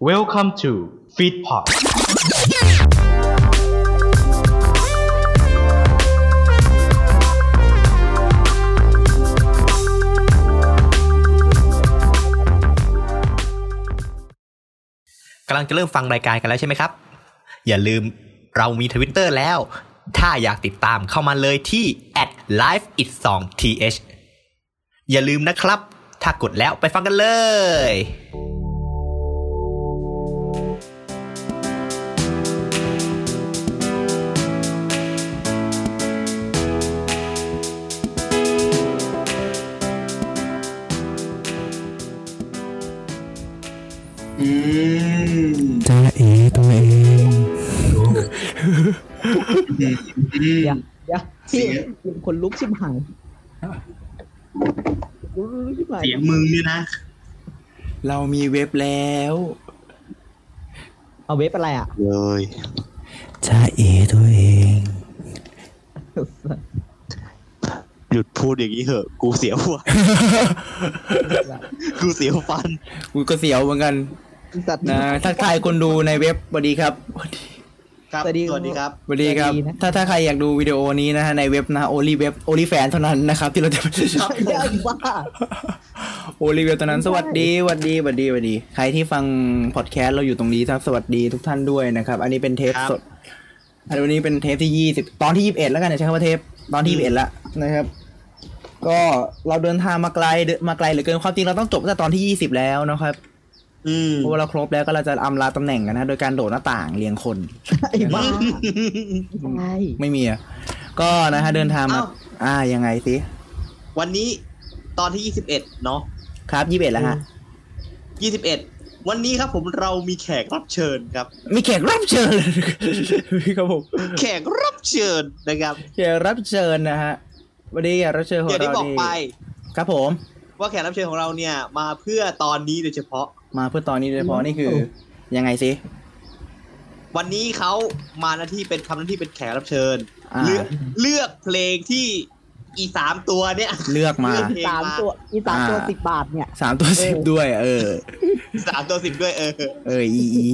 Welcome to Feedpot กำลังจะเริ่มฟังรายการกันแล้วใช่ไหมครับ อย่าลืมเรามีทวิตเตอร์แล้ว ถ้าอยากติดตามเข้ามาเลยที่ @lifeit2th อย่าลืมนะครับ ถ้ากดแล้วไปฟังกันเลย จ้าเอตัวเอง เดี๋ยวเดี๋ยวพี่คนลุกชิบหายลุกชิบหาย เสียงมึงเนี่ยนะ เรามีเว็บแล้ว เอาเว็บอะไรอ่ะ เลย จ้าเอตัวเอง หยุดพูดอย่างนี้เถอะกูเสียวหัว กูเสียวฟัน กูก็เสียวเหมือนกัน สัตว์ นะทักทายคนดูในเว็บสวัสดีครับ ครับสวัสดีครับ สวัสดีครับ นะ ถ้าถ้าใครอยากดูวิดีโอนี้นะฮะในเว็บนะโอลีเว็บโอลีแฟนเท่านั้นนะครับ ที่เราจะ เดี๋ยวอีกว่า โอลีเว็บเท่านั้นสวัสดีสวัสดีสวัสดีสวัสดี ใครที่ฟังพอดแคสต์เราอยู่ตรงนี้ครับสวัสดีทุกท่านด้วยนะครับ อันนี้เป็นเทป ครับ สด อันนี้เป็นเทปที่ยี่สิบตอนที่ยี่สิบเอ็ดแล้วกันเนี่ยใช้คำว่าเทปตอนที่ยี่สิบเอ็ดละนะครับ ก็เราเดินทางมาไกลเดินมาไกลเหลือเกินความจริงเราต้องจบตั้งแต่ตอนที่ยี่สิบแล้วนะครับ อืม เพราะว่าเราครบแล้วก็เราจะอำลาตำแหน่งกันนะโดยการโดดหน้าต่างเรียงคน ไอ้บ้าไอ้ ไม่มีอ่ะก็นะฮะเดินทางมาอ่ายังไงสิ วันนี้ตอนที่ 21 เนาะ ครับยี่สิบเอ็ดแล้วฮะ 21 วันนี้ครับผมเรามีแขกรับเชิญ ครับ มีแขกรับเชิญเลยครับผม แขกรับเชิญนะครับ แขกรับเชิญนะฮะวันนี้แขกรับเชิญของ อย่างที่ เรา บอก นี่ ไป ครับผม ว่าแขกรับเชิญของเราเนี่ยมาเพื่อตอนนี้โดยเฉพาะ มาเพื่อตอนนี้โดยเฉพาะนี่คือยังไงสิ วันนี้เขามาหน้าที่เป็นทำหน้าที่เป็นแขกรับเชิญ อ่า เลือกเลือกเพลงที่อีสามตัวเนี่ย เลือกมา เลือกเพลง สามตัวอีสามตัวสิบบาทเนี่ย สามตัวสิบด้วย เออ สามตัวสิบด้วยเออ เอออีอี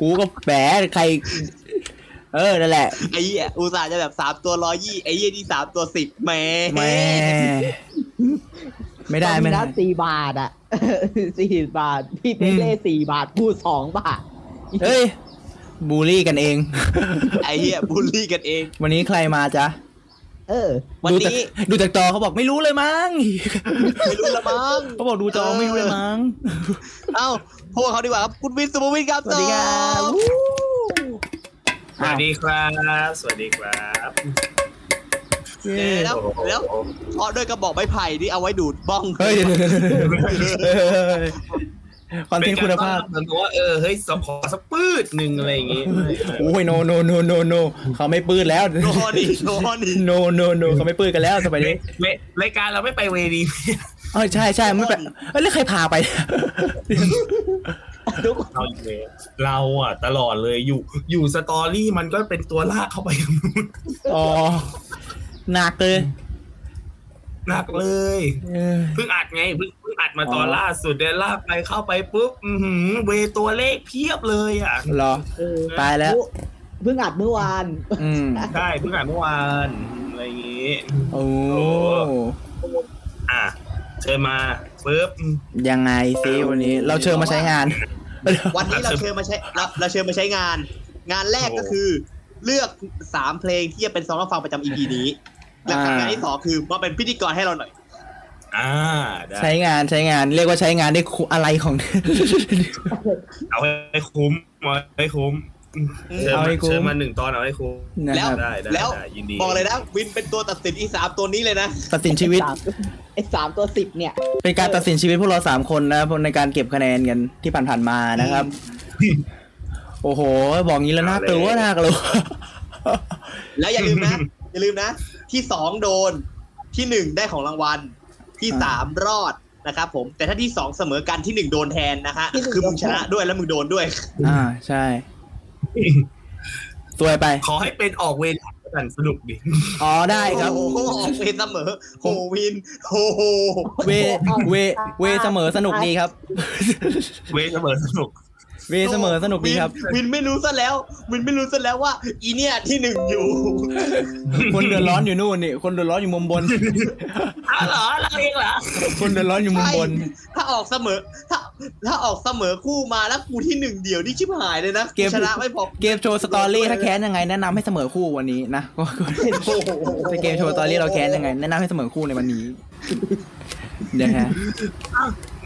กูก็แปะใคร เออ นั่นแหละ ไอ้เหี้ยอุตส่าห์จะแบบสามตัวร้อยยี่ไอ้เหี้ยนี่สามตัวสิบแหม่ แม่ ไม่ได้ไม่ได้ ตอนนี้นะสี่บาทอ่ะ สี่บาท พี่เป๊กเล่สี่บาทพูดสองบาท เฮ้ย บูลลี่กันเอง ไอ้เหี้ยบูลลี่กันเอง วันนี้ใครมาจ๊ะ เออ วัน ดูจาก นี้ ดูจากจอเขาบอกไม่รู้เลยมั้ง ไม่รู้ละมั้ง เขาบอกดูจอไม่รู้เลยมั้ง เอ้าพบกับเขาดีกว่าครับคุณวินสุภวินครับ สวัสดีครับ บ สวัสดีครับ สวัสดีครับ เดี๋ยวแล้วแล้วเพาะด้วยกระบอกไม้ไผ่นี่เอาไว้ดูดบ้อง เฮ้ยคอนเท เป็นต์คุนการณภาพ ต้อนรับเหมือนกับว่าเออเฮ้ยสมขอสักปืดหนึ่งอะไรอย่างงี้ โอ้ยโนโนโนโนโนเขาไม่ปื้ดแล้ว โนนี่โนนี่ โนโนโนเขาไม่ปื้ดกันแล้วสมัยนี้ เวรายการเราไม่ไปเวดี อ๋อใช่ใช่ไม่แปลกเอ้ยแล้วใครพาไป เราอยู่เวเราอ่ะตลอดเลยอยู่อยู่สตอรี่มันก็เป็นตัวลากเข้าไป อ๋อหนักเลย หนักเลย เออ เพิ่งอัดไงเพิ่งเพิ่งอัดมาตอน อ๋อ ล่าสุดเดยวลากไปเข้าไปปุ๊บอือหือเวตัวเลขเพียบเลยอ่ะ เหรอ เออ ตายแล้ว เพิ่งอัดเมื่อวาน อืม ใช่เพิ่งอัดเมื่อวานอะไรอย่างงี้ โอ้ อ่ะเชิญมาปุ๊บ ยังไงซิวันนี้ เราเชิญมาใช้งาน วันนี้เราเชิญมาใช้เราเราเชิญมาใช้งาน งานแรกก็คือ เลือกสามเพลงที่จะเป็นซองรับฟังประจำ EP นี้และ อ่า งานที่สองคือมาเป็นพิธีกรให้เราหน่อย อ่าได้ ใช้งานใช้งาน เรียกว่าใช้งานได้คุอะไรของ เอาให้คุ้มเอาให้คุ้มเชิญ เอา มา ให้คุ้ม เชิญมาหนึ่งตอนเอาให้คุ้ม นะ แล้ คว รับ ได้ได้ แล้ว ได้ยินดี บอกเลยนะวินเป็นตัวตัดสินอีสามตัวนี้เลยนะ ตัดสิน ชีวิต ไอ้สามไอ้สามตัวสิบเนี่ย เป็นการตัดสินชีวิตพวกเราสามคนนะในการเก็บคะแนนกันที่ผ่านๆมานะครับ โอ้โห บอกงี้แล้วน่ากลัวน่าก ลัว แล้วอย่าลื มนะ อย่าลืมนะ ที่สองโดนที่หนึ่งได้ของรางวัล ที่สามรอดนะครับผมแต่ถ้าที่สองเสมอกันที่หนึ่งโดนแทนนะฮะ ที่หนึ่ง คือมึงชนะด้วยแล้วมึงโดนด้วย อ่าใช่ตัวยไป ขอให้เป็นออกเวร กันสนุกดี อ๋อได้ครับ โอ้โหออกเวรเสมอโหวินโห เวเวเวเสมอสนุกดี ครับ เวทเสมอสนุก เวเสมอสนุกดีครับ วินวินไม่รู้ซะแล้ว วินไม่รู้ซะแล้วว่า อีเนี่ยที่หนึ่งอยู่ คนเดือดร้อนอยู่นู่นนี่ คนเดือดร้อนอยู่มุมบน อ้าวเหรอเราเองเหรอ คนเดือดร้อนอยู่มุมบน ถ้าออกเสมอ ถ้าถ้าออกเสมอคู่มาแล้วกูที่หนึ่งเดียวนี่ชิบหายเลยนะ เกม ชนะไม่พอ เกมโชว์สตอรี่ถ้าแค้นยังไงแนะนำให้เสมอคู่วันนี้นะ ก็ก็ โอ้โห ถ้าเกมโชว์สตอรี่เราแค้นยังไงแนะนำให้เสมอคู่ในวันนี้นะฮะ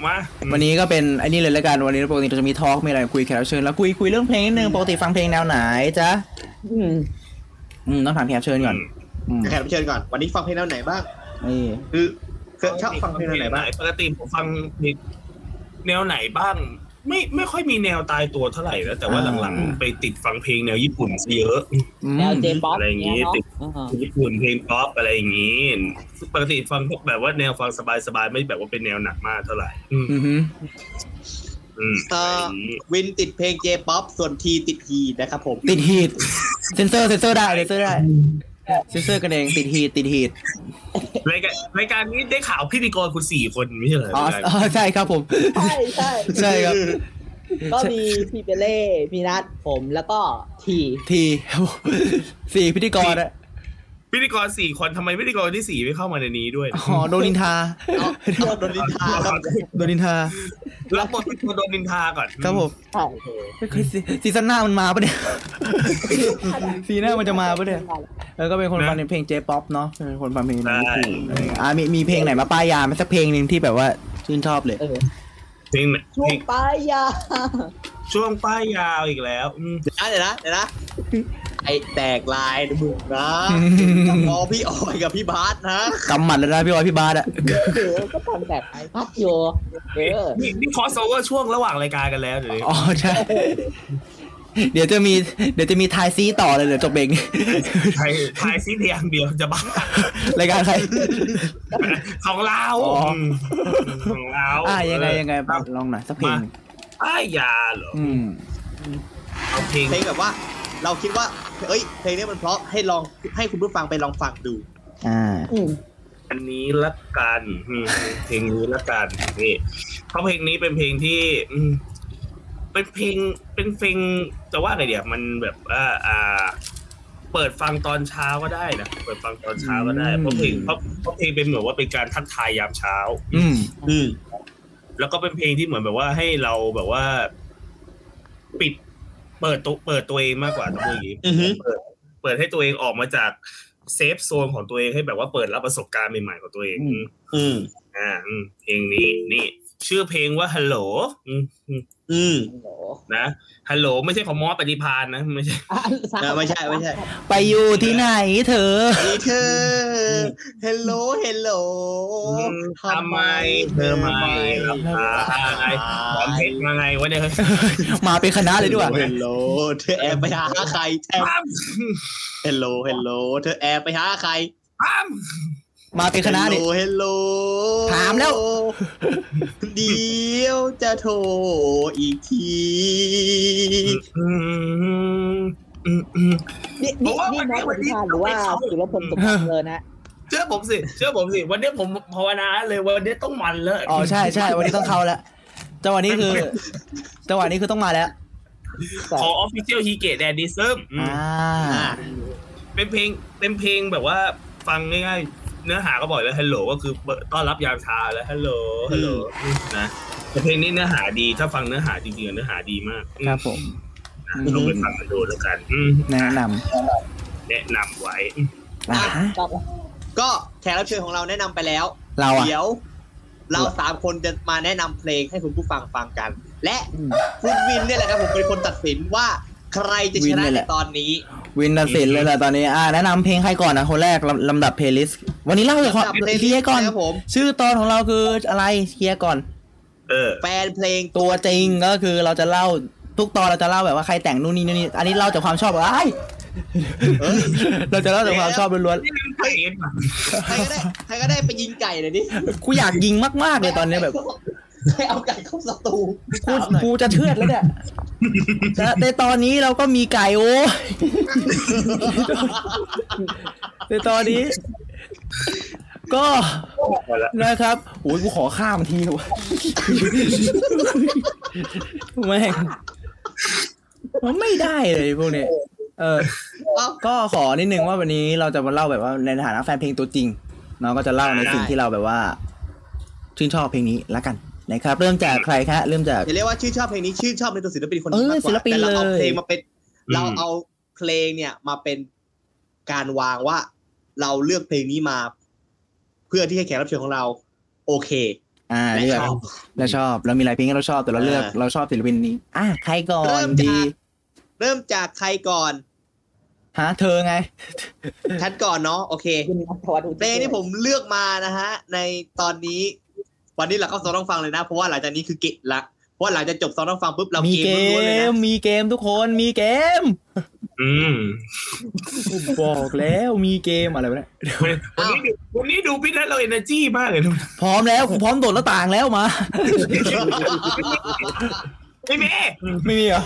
มา วันนี้ก็เป็นไอ้นี่เลยละกันวันนี้ปกติเราจะมีทอล์กมีอะไรคุยแขกรับเชิญแล้วคุยคุยเรื่องเพลงนิดนึงปกติฟังเพลงแนวไหนจ๊ะ อืม อืมต้องถามแขกรับเชิญก่อนอืม แขกรับเชิญก่อน วันนี้ฟังเพลงแนวไหนบ้าง นี่ คือเคยชอบฟังเพลงแนวไหนบ้าง ปกติผมฟังแนวไหนบ้าง ไม่ไม่ค่อยมีแนวตายตัวเท่าไหร่แล้วแต่ว่าหลังๆไปติดฟังเพลงแนวญี่ปุ่นซะเยอะ อืม แนวเจป๊อป อะไรอย่างงี้ ญี่ปุ่นเพลงป๊อปอะไรอย่างนี้ ปกติฟังพวกแบบว่าแนวฟังสบายๆไม่แบบว่าเป็นแนวหนักมากเท่าไหร่อืม อือหือ อืม เอ่อ วินติดเพลงเจป๊อปส่วนทีติดฮีนะครับผม ติดฮีทเซนเซอร์เซนเซอร์ได้เซนเซอร์ได้เซนเซอร์กันเองติดฮีทติดฮีท รายการรายการนี้ได้ข่าวพิธีกรคุณสี่คนไม่ใช่เหรอ อ๋อ ราย อ๋ กาอรใช่ครับผม ใช่ใช่ ใช่ครับ ก็มีพี่เปเล่พี่นัทผมแล้วก็ที ที สี่พิธีกรอะ พิธีกรสี่คนทำไมพิธีกรที่สี่ไม่เข้ามาในนี้ด้วย อ๋อโดนินทา เอาโดนนินทาครับ โดนินทา รับบทเป็นคนโดนนินทาก่อน ครับผม ใช่ ซีซั่นหน้ามันมาปะเนี่ยซีซั่นหน้ามันจะมาปะเนี่ย แล้วก็เป็นคนฟังเพลงเจป๊อปเนาะเป็นคนฟังเพลงในญี่ปุ่นอ่ามีมีเพลงไหนมาป้ายยาไหมสักเพลงหนึ่งที่แบบว่าชื่นชอบเลย เออ เพลงไหน ช่ว เพ ง ลง ปลายยา ช่วงป้ายยาวอีกแล้วอืม อ่ะเดี๋ยวนะเดี๋ยวนะ ไอแตกลายนะมึงนะพอพี่ออยกับพี่บาสนะ กำหมัดแล้วนะพี่วอยพี่บาส อะ เออก็ทำแบบไอพัดโยเออ นี่นี่คอสโอเวอร์ช่วงระหว่างรายการกันแล้วเดี๋ยวนี้ อ๋อใช่ เดี๋ยวจะมี เดี๋ยวจะมีทายซีต่อเลยเดี๋ยวจบเบรก นี้ ไทยไทยซีเพียงเดียวจะบ้าร ายการใคร ของเรา อ๋ออื มของเรา อ่ายังไงยังไง ครับ ลองหน่อยสักเพลงหนึ่ง ป้ายยาเหรอ อืม เอาเพลง เพลงแบบว่า เราคิดว่า เอ้ย เพลงนี้มันเพราะให้ลองให้คุณผู้ฟังไปลองฟังดู อ่า อืม อันนี้ละกันอืมเพลงนี้ละกันนี่เพราะเพลงนี้เป็นเพลงที่อืมเป็นเพลงเป็นเพลงจะว่าไงเดี๋ยวมันแบบว่าอ่า เปิดฟังตอนเช้าก็ได้นะเปิดฟังตอนเช้าก็ได้เพราะเพลงเพราะเพราะเพลงเป็นเหมือนว่าเป็นการทักทายยามเช้า อืม อืม แล้วก็เป็นเพลงที่เหมือนแบบว่าให้เราแบบว่า ปิด เปิดตัวเปิดตัวเองมากกว่าตัวอย่างนี้ อือฮึ เปิดเปิดให้ตัวเองออกมาจากเซฟโซนของตัวเองให้แบบว่าเปิดรับประสบการณ์ใหม่ๆของตัวเอง อืม อืม อ่าอืมเพลงนี้นี่ ชื่อเพลงว่าฮัลโหลอืมอืม อืม โห นะฮัลโหลไม่ใช่ของมอสปฏิพานนะไม่ใช่ อ่ะสาว เออไม่ใช่ ไม่ใช่ ไปอยู่ที่ไหนเธอ นี่เธอ hello hello ทำไมเธอไม่รับสายทำเพลงมาไงวะเนี่ย มาเป็นคณะเลยดีกว่า hello เธอแอบไปหาใครแอบ ปั้ม hello hello เธอแอบไปหาใคร ปั้ม มาเป็นคณะเนี่ย ฮัลโหลฮัลโหล ถามแล้ว เดี๋ยวจะโทรอีกที อืมอืมอืม นี่ บอ นี่ กว่า นี่ วันนี้ นะ วันนี้ หรือว่า ต้องไปเข้า สุรพลสมบัติเลยนะ เชื่อผมสิ เชื่อผมสิ วันนี้ผมภาวนาเลยวันนี้ต้องมันเลย อ๋อใช่ใช่วันนี้ต้องเข้าแล้วจังหวะนี้คือจังหวะนี้คือต้องมาแล้ว ขอออฟฟิเชียลฮีเกตแดนดิซึม อ่า เป็นเพลงเป็นเพลงแบบว่าฟังง่ายๆ เนื้อหาก็บอกแล้วฮัลโหลก็คือต้อนรับยามเช้าแล้วฮัลโหลฮัลโหลนะแต่เพลงนี้เนื้อหาดีถ้าฟังเนื้อหาจริงๆเนื้อหาดีมาก ครับผม อืมลองไปฟังกันดูแล้วกันอืม แนะน แนะนำไว้ ำอ่า ก็ ก็แขกรับเชิญของเราแนะนำไปแล้ว เราอะ เดี๋ยว เราสามคนจะมาแนะนำเพลงให้คุณผู้ฟังฟังกัน และคุณวินเนี่ยแหละครับผมเป็นคนตัดสินว่าใครจะชนะ วินเนี่ยแห ใน ละ ตอนนี้ วินตัดสินเลยแหละตอนนี้อ่าแนะนำเพลงใครก่อนนะคนแรกลำลำดับเพลย์ลิสต์วันนี้เล่าเลยครับ สำหรับ เคลียร์ก่อน นะครับผม ชื่อตอนของเราคืออะไรเคลียร์ก่อน เออ แฟนเพลง ตัวจริงก็คือเราจะเล่าทุกตอนเราจะเล่าแบบว่าใครแต่งนู่นนี่นู่นนี่อันนี้เล่าจากความชอบอะไร เอ้ย เราจะเล่าจากความชอบล้วน นี่เป็นเพลง ใครก็ได้ใครก็ได้ไปยิงไก่หน่อยดิ ๆกูอยากยิงมากๆเลยตอนนี้แบบ ใครเอาไก่เข้าสตู กูกูจะเชือดแล้วเนี่ย และในตอนนี้เราก็มีไก่โอ้ยในตอนนี้ ก็ พอละ นะครับโอ้ยกูขอข้ามทีเถอะวะแม่งมันไม่ได้เลยพวกเนี้ยเออ ก็ขอนิดนึงว่าวันนี้เราจะมาเล่าแบบว่าในฐานะแฟนเพลงตัวจริงเนาะก็จะเล่าในสิ่งที่เราแบบว่า ชื่นชอบเพลงนี้ละกันนะครับ เริ่มจากใครคะเริ่มจาก จะเรียกว่าชื่นชอบเพลงนี้ชื่นชอบในตัวศิลปินคน เอ นี้ อ มากก ศิลว่าปิน แต่เราเอา เลย เพลงมาเป็น เราเอาเพลงเนี่ยมาเป็นการวางว่า เราเลือกเพลงนี้มา เพื่อที่ให้แขกรับเชิญของเรา โอเค อ่า และ เลือ ช ก อบ เราชอบเรามีหลายเพลงที่เราชอบแต่เราเลือก เออ เราชอบศิลปินนี้ อ่ะใครก่อนเริ่มจาก ดี เริ่มจากใครก่อน ฮะเธอไง ชัดก่อนเนาะโอเค คุณนัทวัฒน์อุ เพลงที่ผมเลือกมานะฮะ ในตอนนี้ วันนี้เราก็ซ้อมต้องฟังเลยนะ เพราะว่าหลังจากนี้คือเกะละเพราะว่าหลังจากจบซ้อมต้องฟังปุ๊บเรา มี มี เก เกมล้วนๆเลยนะ มมีเกมทุกคนมีเกม อืม บอกแล้วมีเกมอะไรวะเนี่ย วันนี้ดูวันนี้ดูพี่นัทเราเอเนอร์จีมากเลยทุก พร้อมแล้วกูพร้อมโดดหน้าต่างแล้วมา ไม่เมย์ ไม่มีเหรอ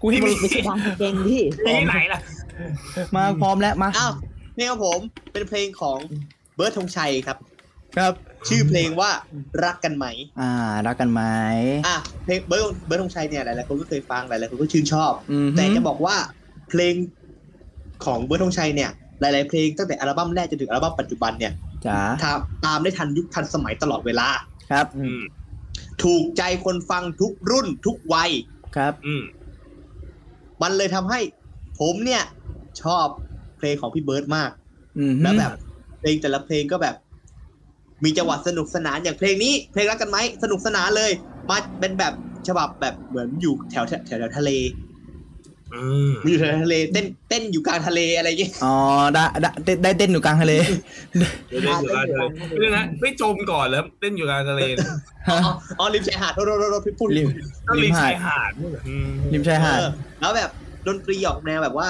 กูที่มัน ไม่ใช่ความเก่งพี่ ที่ไหนล่ะ มาพร้อมแล้วมา อ้าวเพลงของผมเป็นเพลงของเบิร์ดธงชัยครับ ครับ ชื่อเพลงว่ารักกันไหม อ่ารักกันไหม อ่ะเพลงเบิร์ดเบิร์ดธงชัยเนี่ยหลายๆคนก็เคยฟังหลายๆคนก็ชื่นชอบ อืม แต่จะบอกว่าเพลงของเบิร์ดธงชัยเนี่ย หลาย ๆ เพลงตั้งแต่อัลบั้มแรกจนถึงอัลบั้มปัจจุบันเนี่ย จ๋า ตามตามได้ทันยุคทันสมัยตลอดเวลา ครับ อืม ถูกใจคนฟังทุกรุ่นทุกวัย ครับ อืม มันเลยทำให้ผมเนี่ยชอบเพลงของพี่เบิร์ดมาก อืม แล้วแบบเพลงแต่ละเพลงก็แบบ มีจังหวะสนุกสนานอย่างเพลงนี้เพลงรักกันไหมสนุกสนานเลย มาเป็นแบบฉบับแบบเหมือนอยู่แถวแถวแถวแถวทะเล อืม มีอยู่แถวทะเลเต้นเต้นอยู่กลางทะเลอะไรอย่างเงี้ย อ๋อได้ได้ได้ได้เต้นอยู่กลางทะเล เดี๋ยวเล่นอยู่กลางทะเลเรื่องนะไม่จมก่อนแล้วเล่นอยู่กลางทะเล ฮะ อ๋ออ๋อริมชายหาดโทษโทษโทษโทษพี่พูด ริม ต้องริมชายหาดอืม ริมชายหาด เออแล้วแบบดนตรีออกแนวแบบว่า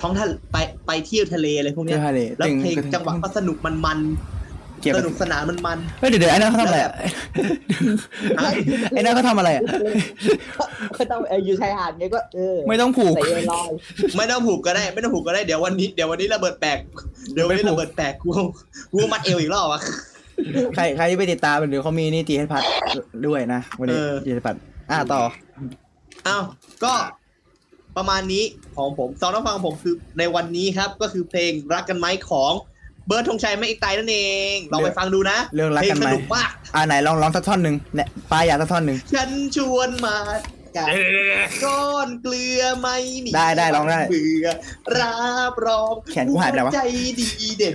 ท้องทะเลไปไปเที่ยวทะเลอะไรพวก เที่ เนี้ ยวยทะเล แล้ว ตึ เพลงจังหวะก็สนุกมันมัน เก็บ สนุกสนานมันมัน เฮ้ยเดี๋ยวเดี๋ยวไอ้นั่นเขาทำอะไรอะ ๆอ่ะ ไอ้นั่นเขาทำอะไรอะ ก็ต้องเอออยู่ชายหาดไงก็เออ ไม่ต้องผูก ใส่เอลอย ไม่ต้องผูกก็ได้ไม่ต้องผูกก็ได้เดี๋ยววันนี้เดี๋ยววันนี้ระเบิดแปลกเดี๋ยววันนี้ ไม่ผูก ระเบิดแปลกกูกูมัดเอวอีกรอบอ่ะ ใครใครที่ไปติดตามเดี๋ยวเขามีนี่ตีให้พัดด้วยนะวันนี้ เออ ตีให้พัดอ่ะต่อ อ้าวก็ประมาณนี้ของผมซองน้ำฟังของผมคือในวันนี้ครับ ก็คือเพลงรักกันไหมของเบิร์ดธงชัยไม่อีกตายนั่นเองลองไปฟังดูนะ เรื่องรักกันไหม พลสนุกมาก อ่ะไหนลองร้องสักท่อนหนึ่งเนี่ยปลายอยากสักท่อนหนึ่ง ฉันชวนมากัด เดี๋ยวเดี๋ยวเดี๋ยว ก้อนเกลือไม่หนี ได้ได้ลองได้ เบื่อรับรอง แขนกูหายไปไหนวะ หัใจดีเด่น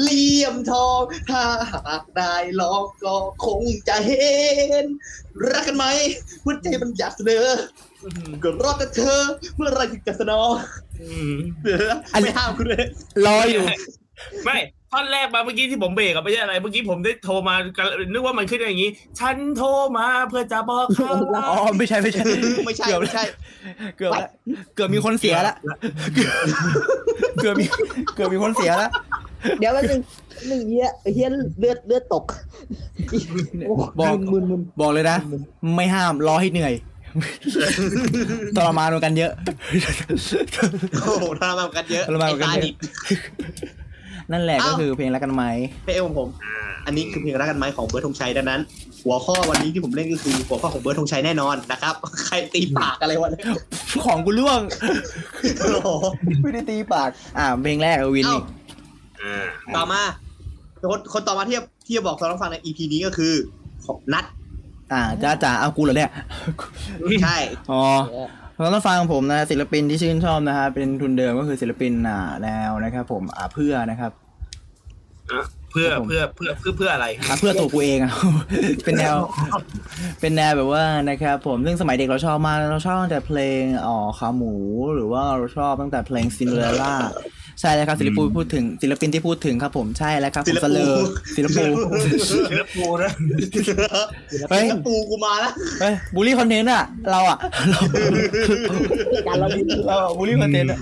เหลี่ยมทอง ถ้าหากได้ลองก็คงจะเห็น รักกันไหมหัวใจมันอยากเสนอก็รอดแต่เธอ เมื่อไหรถึงจะสนอง อืม เดี๋ยวนะไม่ห้ามคุณเลย รออยู่ ไม่ท่อนแรกมาเมื่อกี้ที่ผมเบรกอะไม่ใช่อะไร เมื่อกี้ผมได้โทรมากันนึกว่ามันขึ้นอย่างนี้ ฉันโทรมาเพื่อจะบอกเขา อ๋อไม่ใช่ไม่ใช่ ไม่ใช่ เกือบ ไม่ใช่ เกือบละเกือบมีคนเสียละเกือบเกือบมีเกือบมีคนเสียละ เดี๋ยวมันหนึ่งหนึ่งเฮียเฮียเลือดเลือดตก บอก มึนมึน บอกเลยนะ ไม่ห้ามรอให้เหนื่อย ทรมานกันเยอะ โอ้โหทรมานกันเยอะ ทรมานกันเยอะ ไตดิบ นั่นแหละก็คือเพลงรักกันไหม เพลงของผม อันนี้คือเพลงรักกันไหมของเบิร์ดธงชัยดังนั้น หัวข้อวันนี้ที่ผมเล่นก็คือหัวข้อของเบิร์ดธงชัยแน่นอนนะครับ ใครตีปากอะไร วะเนี่ย ของกูล่วง โอ้โห ไม่ได้ตีปาก อ่าเพลงแรกอะวิน เอ้า อีก อ่า ต่อมาคนคนต่อมาที่จะที่จะบอกสำหรับฟังใน EP นี้ก็คือของนัด อ่าจ้าจ๋าเอากูเหรอเนี่ย ใช่ อ๋อ เออ เราต้องฟังผมนะศิลปินที่ชื่นชอบนะครับเป็นทุนเดิมก็คือศิลปินอ่าแนวนะครับผมอ่าเพื่อนะครับ เพื่อเพื่อเพื่อเพื่อเพื่ออะไร อ่าเพื่อตัวกูเองอ่ะ เป็นแนวเป็นแนวแบบว่านะครับผมซึ่งสมัยเด็กเราชอบมากเราชอบตั้งแต่เพลงอ๋อขาหมู หรือว่าเราชอบตั้งแต่เพลงซินเดอเรลล่าใช่แล้วครับศิลปินพูดถึงศิลปินที่พูดถึงครับผมใช่แล้วครับผมสเลอร์ศิล ปู เนื้อปูนะ เฮ้ย ศิลปูกูมาแล้ว เฮ้ยบูลลี่คอนเทนต์อ่ะเราอ่ะ เรา การเราลิ้น เราบูลลี่คอนเทนต์อ่ะ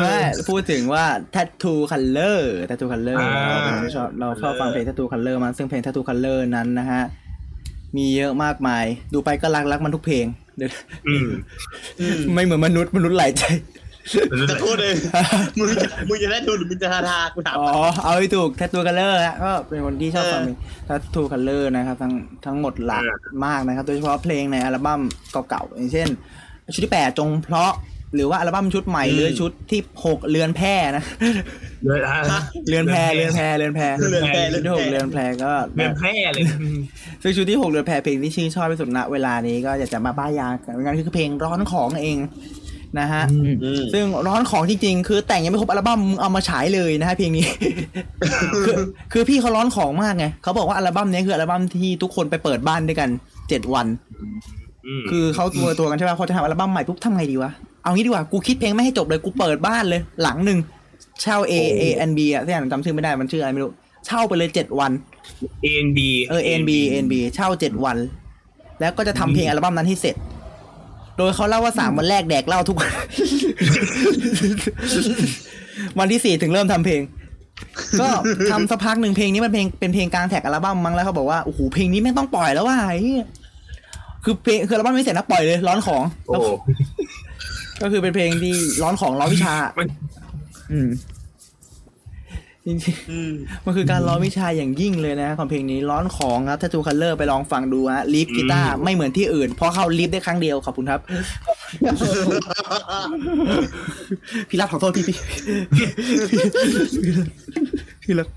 ไม่พูดถึงว่า tattoo color tattoo color เราชอบเราชอบฟังเพลง Tattoo Color มันซึ่งเพลง Tattoo Color นั้นนะฮะ มีเยอะมากมาย ดูไปก็รักรักมันทุกเพลง เดี๋ยว อืม ไม่เหมือนมนุษย์มนุษย์หลายใจ แต่โทษ เลยมึงจะมึงจะได้ดูหรือมึงจะทาทากูถาม อ๋อ เอาให้ถูกแทตูคัลเลอร์ฮะก็เป็นคนที่ชอบ เออ ฟังเพลงแทตูคัลเลอร์นะครับ ทั้งทั้งหมดหลากมากนะครับ โดยเฉพาะเพลงในอัลบั้มเก่าๆอย่างเช่น ชุดที่ 8 จงเพราะหรือว่าอัลบั้มชุดใหม่หรือชุดที่ 6 เรือนแพร่นะ เลยฮะ เรือนแพร่เรือนแพร่เรือนแพร่ เรือนแพร่ ชุดที่หกเรือนแพร่ก็ เรือนแพร่เลย ซึ่งชุดที่หกเรือนแพร่เพลงที่ชื่นชอบที่สุดณเวลานี้ก็อยากจะมาบ้ายากันงั้นคือเพลงร้อนของเองนะฮะ อืม ซึ่งร้อนของจริงๆ คือแต่งยังไม่ครบอัลบั้มเอามาฉายเลยนะฮะเพลงนี้ คือคือพี่เขาร้อนของมากไงเขาบอกว่าอัลบั้มเนี้ยคืออัลบั้มที่ทุกคนไปเปิดบ้านด้วยกันเจ็ดวัน คือเขาตัวตัวกันใช่ป่ะพอจะทำอัลบั้มใหม่ปุ๊บทำไงดีวะ เอางี้ดีกว่ากูคิดเพลงไม่ให้จบเลยกูเปิดบ้านเลย หลังหนึ่งเช่า A A N B อะที่อ่านจำชื่อไม่ได้มันชื่ออะไรไม่รู้ เช่าไปเลยเจ็ดวัน เอ็นบี เออ N B N B เช่าเจ็ดวัน แล้วก็จะทำเพลงอัลบั้มนั้นให้เสร็จ โดยเขาเล่าว่าสามวันแรกแดกเหล้าทุกวัน วันที่สี่ถึงเริ่มทำเพลง ก็ทำสักพักหนึ่งเพลงนี้มันเพลงเป็นเพลงกลางแท็กอัลบั้มมั้งแล้วเขาบอกว่าโอ้โหเพลงนี้แม่งต้องปล่อยแล้วว่ะไอ้เหี้ยคือเพลงคืออัลบั้มไม่เสร็จนะปล่อยเลย ร้อนของ โอ้โห ก็คือเป็นเพลงที่ร้อนของร้อนวิชา มัน อืมจริงๆมันคือการร้อนวิชาอย่างยิ่งเลยนะของเพลงนี้ร้อนของครับถ้าทูคัลเลอร์ไปลองฟังดูฮะลิฟกีตาร์ไม่เหมือนที่อื่น เพราะเขาลิฟได้ครั้งเดียวขอบคุณครับ พี่รับขอโทษพี่พี่พี่รับพี่รับ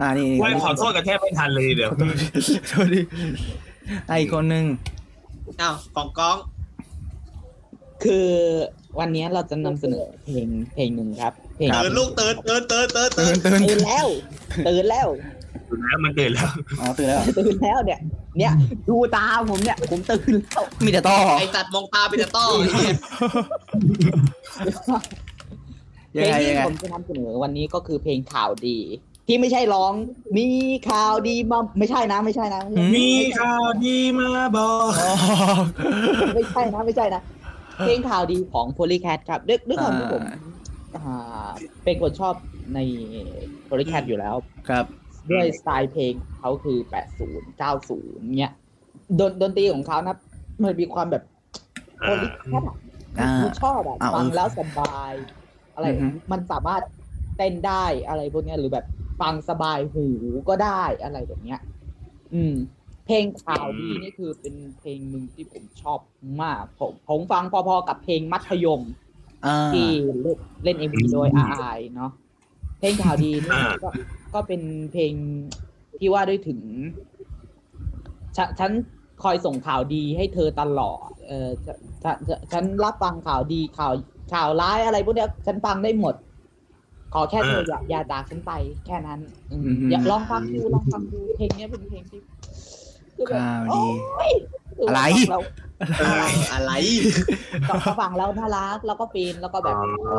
อ่านี่ ไหว่าขอโทษกันแทบไม่ทันเลยเดี๋ยว สวัสดีไอะอีกคนหนึ่ง อ้าวของกล้อง คือวันนี้เราจะนำเสนอเพลงเพลงหนึ่งครับ เพลง เติร์นลูกเติร์นเติร์นเติร์นเติร์นเติ ตื่ ร์ น น ตื่น ตื่นแล้วตื่นแล้ว อยู่แล้วมันเกิดแล้ว อ๋อตื่นแล้วเหรอ ตื่นแล้วเนี่ย เนี่ยดูตาผมเนี่ย ผมตื่นแล้ว มีแต่ต่อ ไอสัตว์มองตาเป็นจะต้อไอ้เหี้ย เพ ยังไงลงที่ ยังไง ผมจะนำเสนอวันนี้ก็คือเพลงข่าวดี ที่ไม่ใช่ร้อง มีข่าวดีมาไม่ใช่นะ ไม่ใช่นะ ไม มีข่าวดีมาบอก อ๋อ ่ใช่นะไม่ใช่นะ เพลงข่าวดีของ Polycat ครับด้วยด้วยความที่ผมอ่าเป็นคนชอบใน Polycat อยู่แล้ว ครับ ด้วยสไตล์เพลงเขาคือ 80 90 เนี่ยดนดนตรีของเขานะมันมีความแบบ อ่า Polycat อะ อ่า ผมชอบอะ อ่า ฟังแล้วสบาย อะไร อือฮึ มันสามารถเต้นได้อะไรพวกเนี้ยหรือแบบฟังสบายหูก็ได้อะไรแบบเนี้ย อืม เพลงข่าวดี อืม นี่คือเป็นเพลงหนึ่งที่ผมชอบมาก ผมผมฟังพอๆกับเพลงมัธยม อ่า ที่เล่นเล่นเอ็มวีโดยอาไอเนาะเพลงข่าวดีนี่ อ่า ก็ก็เป็นเพลงที่ว่าด้วยถึงฉะฉันคอยส่งข่าวดีให้เธอตลอด เออฉะฉะฉะฉันรับฟังข่าวดีข่าวข่าวร้ายอะไรพวกเนี้ยฉันฟังได้หมด ขอแค่เธออย่าอย่าจากฉันไปแค่นั้น อืม อือฮึ อย่าลองฟังดูลองฟังดูเพลงเนี้ยเป็นเพลงที่คือแบบ ข่าว โอ้ ดี ย อะไร ฟังแล้ว เอออะไร ฟังแล้วน่ารักแล้วก็ฟินแล้วก็แบบ อ๋อ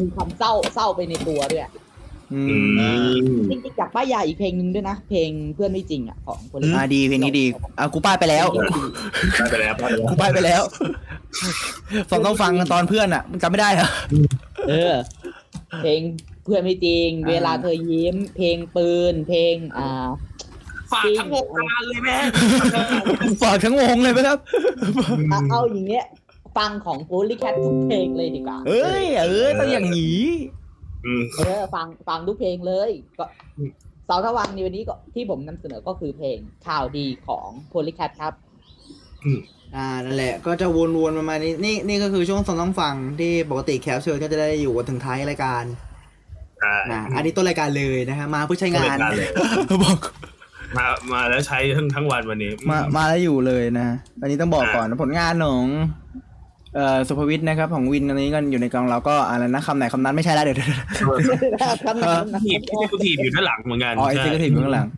มีความเศร้าเศร้าไปในตัวด้วย อื อื ม ม จริงๆจากป้ายยาอีกเพลงหนึ่งด้วยนะ เพลงเพื่อนไม่จริงอ่ะของคน อ่าดีเพลงนี้ดีอ่ะกูป้ายไปแล้ว ได้ไปแล้วได้ไปแล้ว กูป้ายไปแล้ว ฟังต้องฟังตอนเพื่อนอ่ะมันจำไม่ได้เหรอ เออ เพลงเพื่อนไม่จริง อ่า เวลาเธอยิ้ม เพลงปืน เพลง อ่า ฝากทั้งวงการเลยแม่ ฝากทั้งวงเลยไหมครับ เอาเอาอย่างเงี้ย ฟังของโพลิแคททุกเพลงเลยดีกว่า เอ้ย เอ้ยต้องอย่างนี้ อืม เออฟังฟังทุกเพลงเลย ก็ อืม เสาทวังในวันนี้ก็ที่ผมนำเสนอก็คือเพลงข่าวดีของโพลิแคทครับ อ่านั่นแหละ ก็จะวนๆประมาณนี้ นี่นี่ก็คือช่วงสองต้องฟังที่ปกติแคปเชิญก็จะได้อยู่ถึงท้ายรายการ ใช่ นะอันนี้ต้นรายการเลยนะฮะมาเพื่อใช้งาน บอก มามาแล้วใช้ทั้งทั้งวันวันนี้ มามาแล้วอยู่เลยนะอันนี้ต้องบอกก่อนนะผลงานของเอ่อสุภวิทย์นะครับ ของวินอันนี้กันอยู่ในกองเราก็อะไรนะคำไหนคำนั้นไม่ใช่แล้วเดี๋ยวเดี๋ยวเดี๋ยว ครับ เออ ทีมที่กูทีมอยู่ด้านหลังเหมือนกัน อ๋อ ใช่ executive อยู่ข้างหลัง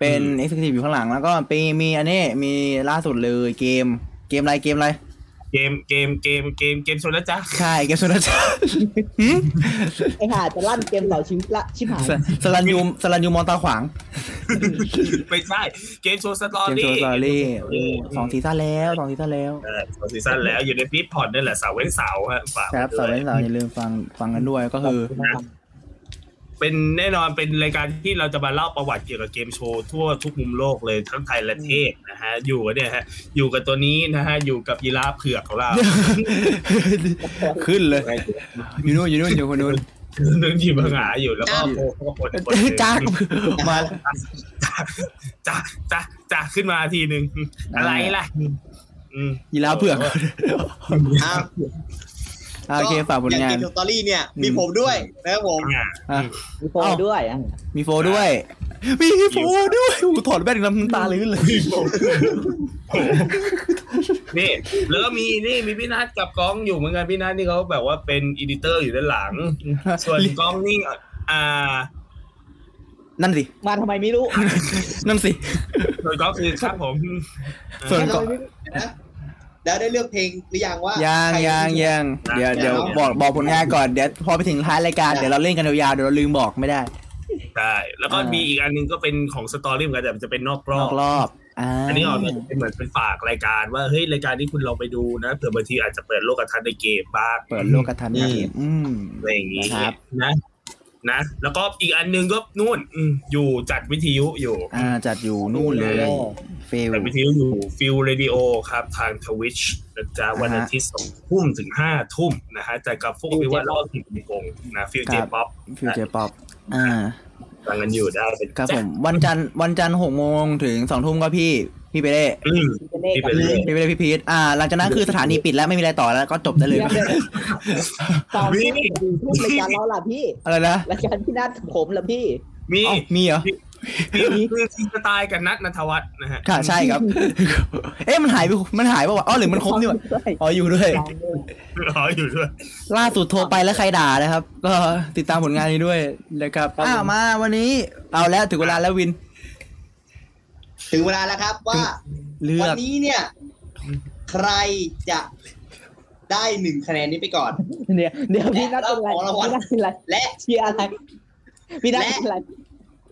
เป็น executive อยู่ข้างหลัง แล้วก็ปีมีอันนี้มีล่าสุดเลยเกม เกมอะไรเกมอะไร เกมเกมเกมเกมเกมชนนะ จ๊ะ ใช่ เกมสุนัข ไอ้ห่าจะลั่นเกมต่อชีวิตละชิบหาย สลันยูสลันยูมองตาขวาง ไม่ใช่ เกมโชว์สตอ เกมโช รี่ ว์สตอรี่โอ้สองซีซั่นแล้วสองซีซั่นแล้ว เออสองซีซั่นแล้วอยู่ในฟีดพอดนั่นแหละเสาร์เว้นเสาร์ฮะฝาก ครับ ไว้ สาวเล่นสาด้วยวอย่าลืมฟังฟังกันด้วยก็คือ เป็นแน่นอนเป็นรายการที่เราจะมาเล่าประวัติเกี่ยวกับเกมโชว์ทั่วทุกมุมโลกเลยทั้งไทยและเทศนะฮะ อยู่กับเนี่ยฮะ อยู่กับตัวนี้นะฮะ อยู่กับยีราฟเผือก ของเรา ขึ้นเลย อยู่นู่นอยู่นู่นอยู่คนนู้น นึงหยิบมาหงาอยู่แล้วก็โผล่เข้ามาปวดปวดเลย จ้ากมา จ้าจ้าจ้าขึ้นมาทีหนึ่งอะไรล่ะ อืม ยีราฟเผือก อ่ะ อ่ะโอเคฝากผล อย่ งาน กินสตอรี่เนี่ย อืม มีผมด้วยนะครับผม อ่ะ มีโฟ เอ้า ด้วยอ่ะ มีโฟด้วย มีโฟด้วยโอ้โหถอดแว่นอีกแล้วน้ำตาเลยขึ้นเลย นี่แล้วก็มีนี่มีพี่นัทกับก้องอยู่เหมือนกันพี่นัทนี่เขาแบบว่าเป็นอีดิเตอร์อยู่ด้านหลัง ส่วนก้องนี่อ่า นั่นสิ มาทำไมไม่ รู้ นั่นสิ ส่วนก้องคือครับผม ส่วนก่อน แล้วได้เลือกเพลงหรือยังว่า ยั ยาง ยังยังเดี๋ยวเดี๋ยวบอกบอกผลงานก่อน เดี๋ยวพอไปถึงท้ายรายการ เดี๋ยวเราเล่นกันยาวๆเดี๋ยวเราลืมบอกไม่ได้ ใช่แล้วก็มีอีกอันหนึงก็เป็นของสตอรี่เหมือนกันแต่มันจะเป็นนอกร น อ อบ กรอบอ่า อันนี้ออกมาเป็นเหมือนเป็นฝากรายการว่าเฮ้ยรายการที่คุณลองไปดูนะเผื่อบางทีอาจจะเปิดโลกทัศน์ในเกมบ้าง เปิดโลกทัศน์เกมอืม อะไรอย่างนี้ ครับ นะนะ แล้วก็อีกอันหนึงก็นู่นอืมอยู่จัดวิทยุอยู่ อ่าจัดอยู่นู่นเลย เฟล แต่วิทยุอยู่ฟิลเรดิโอครับทางทวิชนะจ๊ะวันอาทิตย์สองทุ่มถึงห้าทุ่มนะฮะจากกับพวก Feel วิวัฒ J-pop น์รอดถิ่นวงนะฟิล ค เจ รับ ป๊อป ฟิวเจอร์ป๊อปอ่า ฟังกันอยู่ได้เป็น ครับผมวันจันทร์วันจันทร์หกโมงถึงสองทุ่มก็พี่ พี่ไปเด้ อืม เป็นเลขกับ นี่ เล เป็นเล ข ข พี่ไปเด้พี่พีทอ่า หลังจากนั้นคือสถานีปิดแล้วไม่มีอะไรต่อแล้วก็จบได้เลย เดี๋ยวเดี๋ยวตอนนี้ นี่ พูดรายการเราล่ะพี่ อะไรนะ รายการพี่นัดกับผมล่ะพี่ มี อ๋อมีเหรอ มีคือทีมสไตล์กับนัทนันทวัฒน์นะฮะ ค่ะใช่ครับ เอ๊ะมันหายไปมันหายไปวะอ๋อหรือมันครบนี่วะอ๋ออยู่ด้วย รออยู่ด้วย ล่าสุดโทรไปแล้วใครด่านะครับ ก็ติดตามผลงานนี้ด้วยนะครับ ครับผม อ้าวมาวันนี้เอาแล้วถึงเวลาแล้ววิน ถึงเวลาแล้วครับว่า เลื วั อน ก นี้เนี่ย ใครจะได้หนึ่งคะแนนนี้ไปก่อน เดี๋ยวเดี๋ยวพี่นัดเป็นไร และเราขอรางวัล พี่นัดเป็นไร และ เชียร์อะไรพี่นัดเป็นไร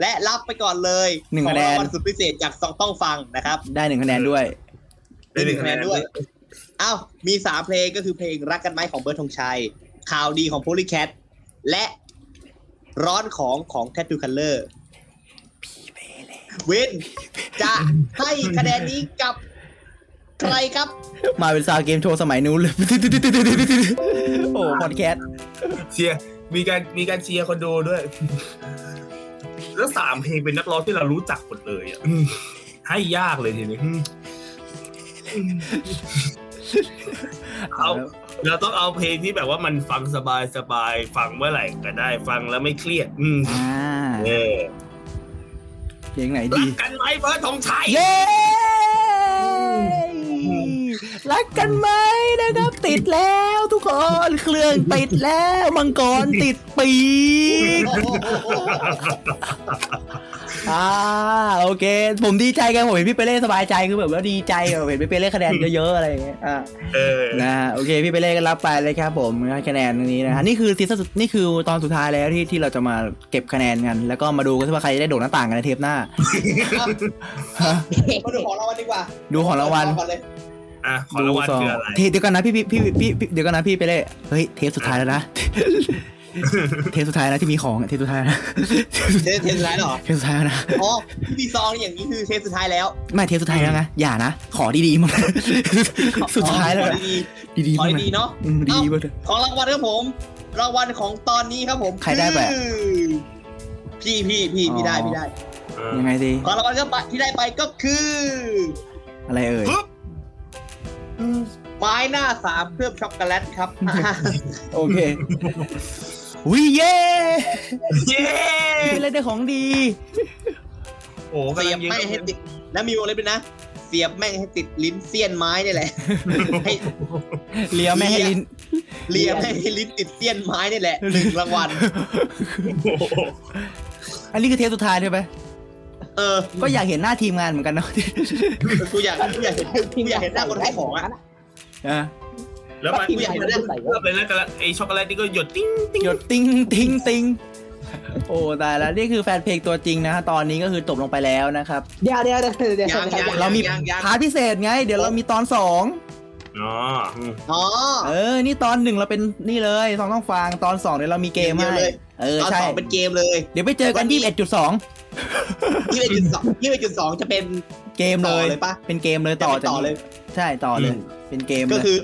และรับไปก่อนเลย หนึ่งคะแน ขอนงรางวัลสุดพิเศษจากสองต้องฟังนะครับ ได้หนึ่งคะแนนด้วย ได้หนึ่งคะแนนด้วย อ้าวมีสามเพลงก็คือเพลงรักกันไหมของเบิร์ดธงชัย ข่าวดีของโพลีแคทและร้อนของของแท t ทูคัลเลอร์วินจะให้คะแนนนี้กับใครครับ มาเป็นซาวด์เกมโชว์สมัยนู้นเลย โอ้พอดแคสต์ เชียร์มีการมีการเชียร์คอนโดด้วย แล้วสามเพลงเป็นนักร้องที่เรารู้จักหมดเลยอ่ะอื มให้ยากเลยทีนี้ อืมอืมเอา เราต้องเอาเพลงที่แบบว่ามันฟังสบายสบายๆฟังเมื่อไหร่ก็ได้ฟังแล้วไม่เครียด อืม อ่า เออ เพลงไหน รั ดี กกันไหมเบิร์ดธงชัย เย้รักกันไหมนะครับ ติดแล้วทุกคนเครื่องติดแล้วมังกรติดปีก อ่าโอเค ผมดีใจกันผมเห็นพี่เปเล่สบายใจคือแบบว่าดีใจแบบเห็นพี่เปเล่คะแนนเยอะๆอะไรอย่างเงี้ยอ่ะ เออ นะฮะโอเคพี่เปเล่ก็รับไปเลยครับผมคะแนนตรงนี้นะฮะนี่คือซีซั่นสุดนี่คือตอนสุดท้ายแล้วที่ที่เราจะมาเก็บคะแนนกัน แล้วก็มาดูกันว่าใครจะได้โดดหน้าต่างกันในเทปหน้า มาดูของรางวัลดีกว่า ดูของรางวัล เปิดก่อนเย อ่ะขอรางวัลคืออะไร เทปเดี๋ยวกันนะพี่พี่พี่พี่พี่เดี๋ยวกันนะพี่เปเล่เฮ้ยเทปสุดท้ายแล้วนะ เทปสุดท้ายนะที่มีของเทปสุดท้ายนะ เทปเทปสุดท้ายเหรอ เทปสุดท้ายแล้วนะ อ๋อที่มีซองนี่อย่างนี้คือเทปสุดท้ายแล้ว ไม่เทปสุดท้ายแล้วนะอย่านะขอดีๆมั้งสุดท้ายแล้ว ขอ นะ ดี ดี ๆ ๆ ขอ มั้ง ดี นะ ๆเนาะ อืมดีๆมั้ง ของรางวัลครับผม รางวัลของตอนนี้ครับผม ใครได้ไปอะ อพี่พี่พี่พี่ได้พี่ได้ เออ ยังไงดี ของรางวัลก็ไปที่ได้ไปก็คือ อะไรเอ่ย ไม้หน้าสามเคลือบช็อกโกแลตครับ โอเค วิเย่ เย้ เป็นอะไรได้ของดี โอ้กำ เสีย ลั บ งเย แม่งให้ อะ ติด แล้วมีวงเล็บด้วยนะ เสียบแม่งให้ติดลิ้นเสี้ยนไม้นี่แหละ ให้ เลี้ยวแม่ให้ลิ้น เลียแม่งให้ลิ้นติดเสี้ยนไม้นี่แหละหนึ่งรางวัล โอ้โห อันนี้คือเทปสุดท้ายใช่ไหม เออ ก็อยากเห็นหน้าทีมงานเหมือนกันเนาะ กูอยากกูอยากเห็นกูอยากเห็นหน้าคนให้ของอ่ะ อ่ะ แล้วมัน อยากเห็นหน้า เพื่อเป็นแล้วกันละไอช็อกโกแลตนี่ก็หยดติ้งติ้ง หยดติ้งติ้งติ้งโอ้ตายแล้วนี่คือแฟนเพลงตัวจริงนะฮะตอนนี้ก็คือจบลงไปแล้วนะครับ เดี๋ยวเดี๋ยวเดี๋ยวเดี๋ยว ยังยัง เรามี ยังยัง พาร์ทพิเศษไง เดี๋ยวเรามีตอนสอง อ๋ออืม อ๋อ เออ นี่ตอนหนึ่งเราเป็นนี่เลยสองต้องฟังตอนสองเดี๋ยวเรามีเกม เกมเดียว ให้ เลย เออ ตอน ใช่ สองเป็นเกมเลย เดี๋ยวไปเจอกันยี่สิบเอ็ดจุดสอง ยี่สิบจุดสองยี่สิบจุดสองจะเป็น เกมเล ต่อย เลยปะ เป็นเกมเลยต่อจาก ต่อเลย นี้ใช่ต่อเลย เป็นเกม ก็ เลย คือ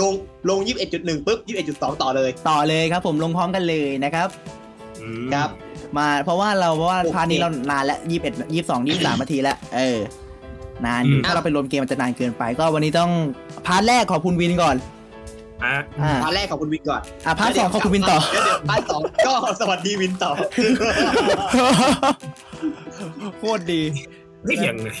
ลงลงยี่สิบเอ็ดจุดหนึ่งปุ๊บยี่สิบเอ็ดจุดสองต่อเลย ต่อเลยครับผมลงพร้อมกันเลยนะครับ อืม ครับ มาเพราะว่าเราเพราะว่า โอเค พาร์ทนี้เรานานแล้วยี่สิบเอ็ดยี่สิบสองยี่สิบสามนาทีแล้วเออ นานอยู่ อืม ถ้าเราไปรวมเกมมันจะนานเกินไป ก็วันนี้ต้องพาร์ทแรกขอบคุณวินก่อน อ่ะ อ่า ตอนแรกของคุณวินก่อน อ่ะพาร์ทสองขอบคุณวินต่อ เดี๋ยวเดี๋ยวพาร์ทสองก็สวัสดีวินต่อ โคตรดี ไม่เถียงเลย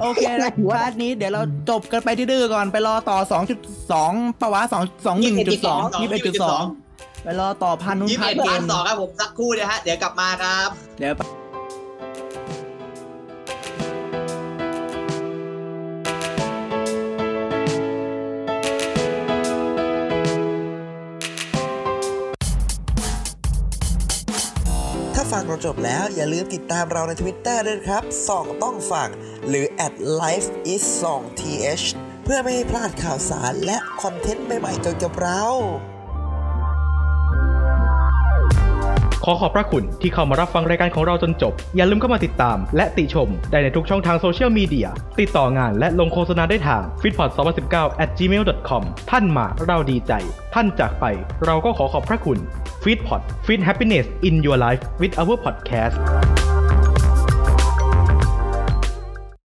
โอเคนะพาร์ทนี้เดี๋ยวเราจบกันไปดื้อๆก่อนไปรอต่อสองจุดสองปะวะสองสองหนึ่งจุดสองยี่สิบเอ็ดจุดสองไปรอต่อพันนุ่น ยี่สิบ พาร์เอ็ท ด เก พาร์ ม ทสองครับผมสักครู่นะฮะเดี๋ยวกลับมาครับ เดี๋ยว ถ้าฟังเราจบแล้วอย่าลืมติดตามเราใน Twitter ด้วยนะครับส่องต้องฟังหรือ at life is 2 th เพื่อไม่ให้พลาดข่าวสารและคอนเทนต์ใหม่ๆเกี่ยวกับเรา ขอขอบพระคุณที่เข้ามารับฟังรายการของเราจนจบ อย่าลืมเข้ามาติดตาม และติชมได้ในทุกช่องทางโซเชียลมีเดีย ติดต่องานและลงโฆษณาได้ทาง f i t p o d 2 0 1 9 gmail.com ท่านมาเราดีใจ ท่านจากไป เราก็ขอขอบพระคุณ f i t p o d Fit Happiness in Your Life with our podcast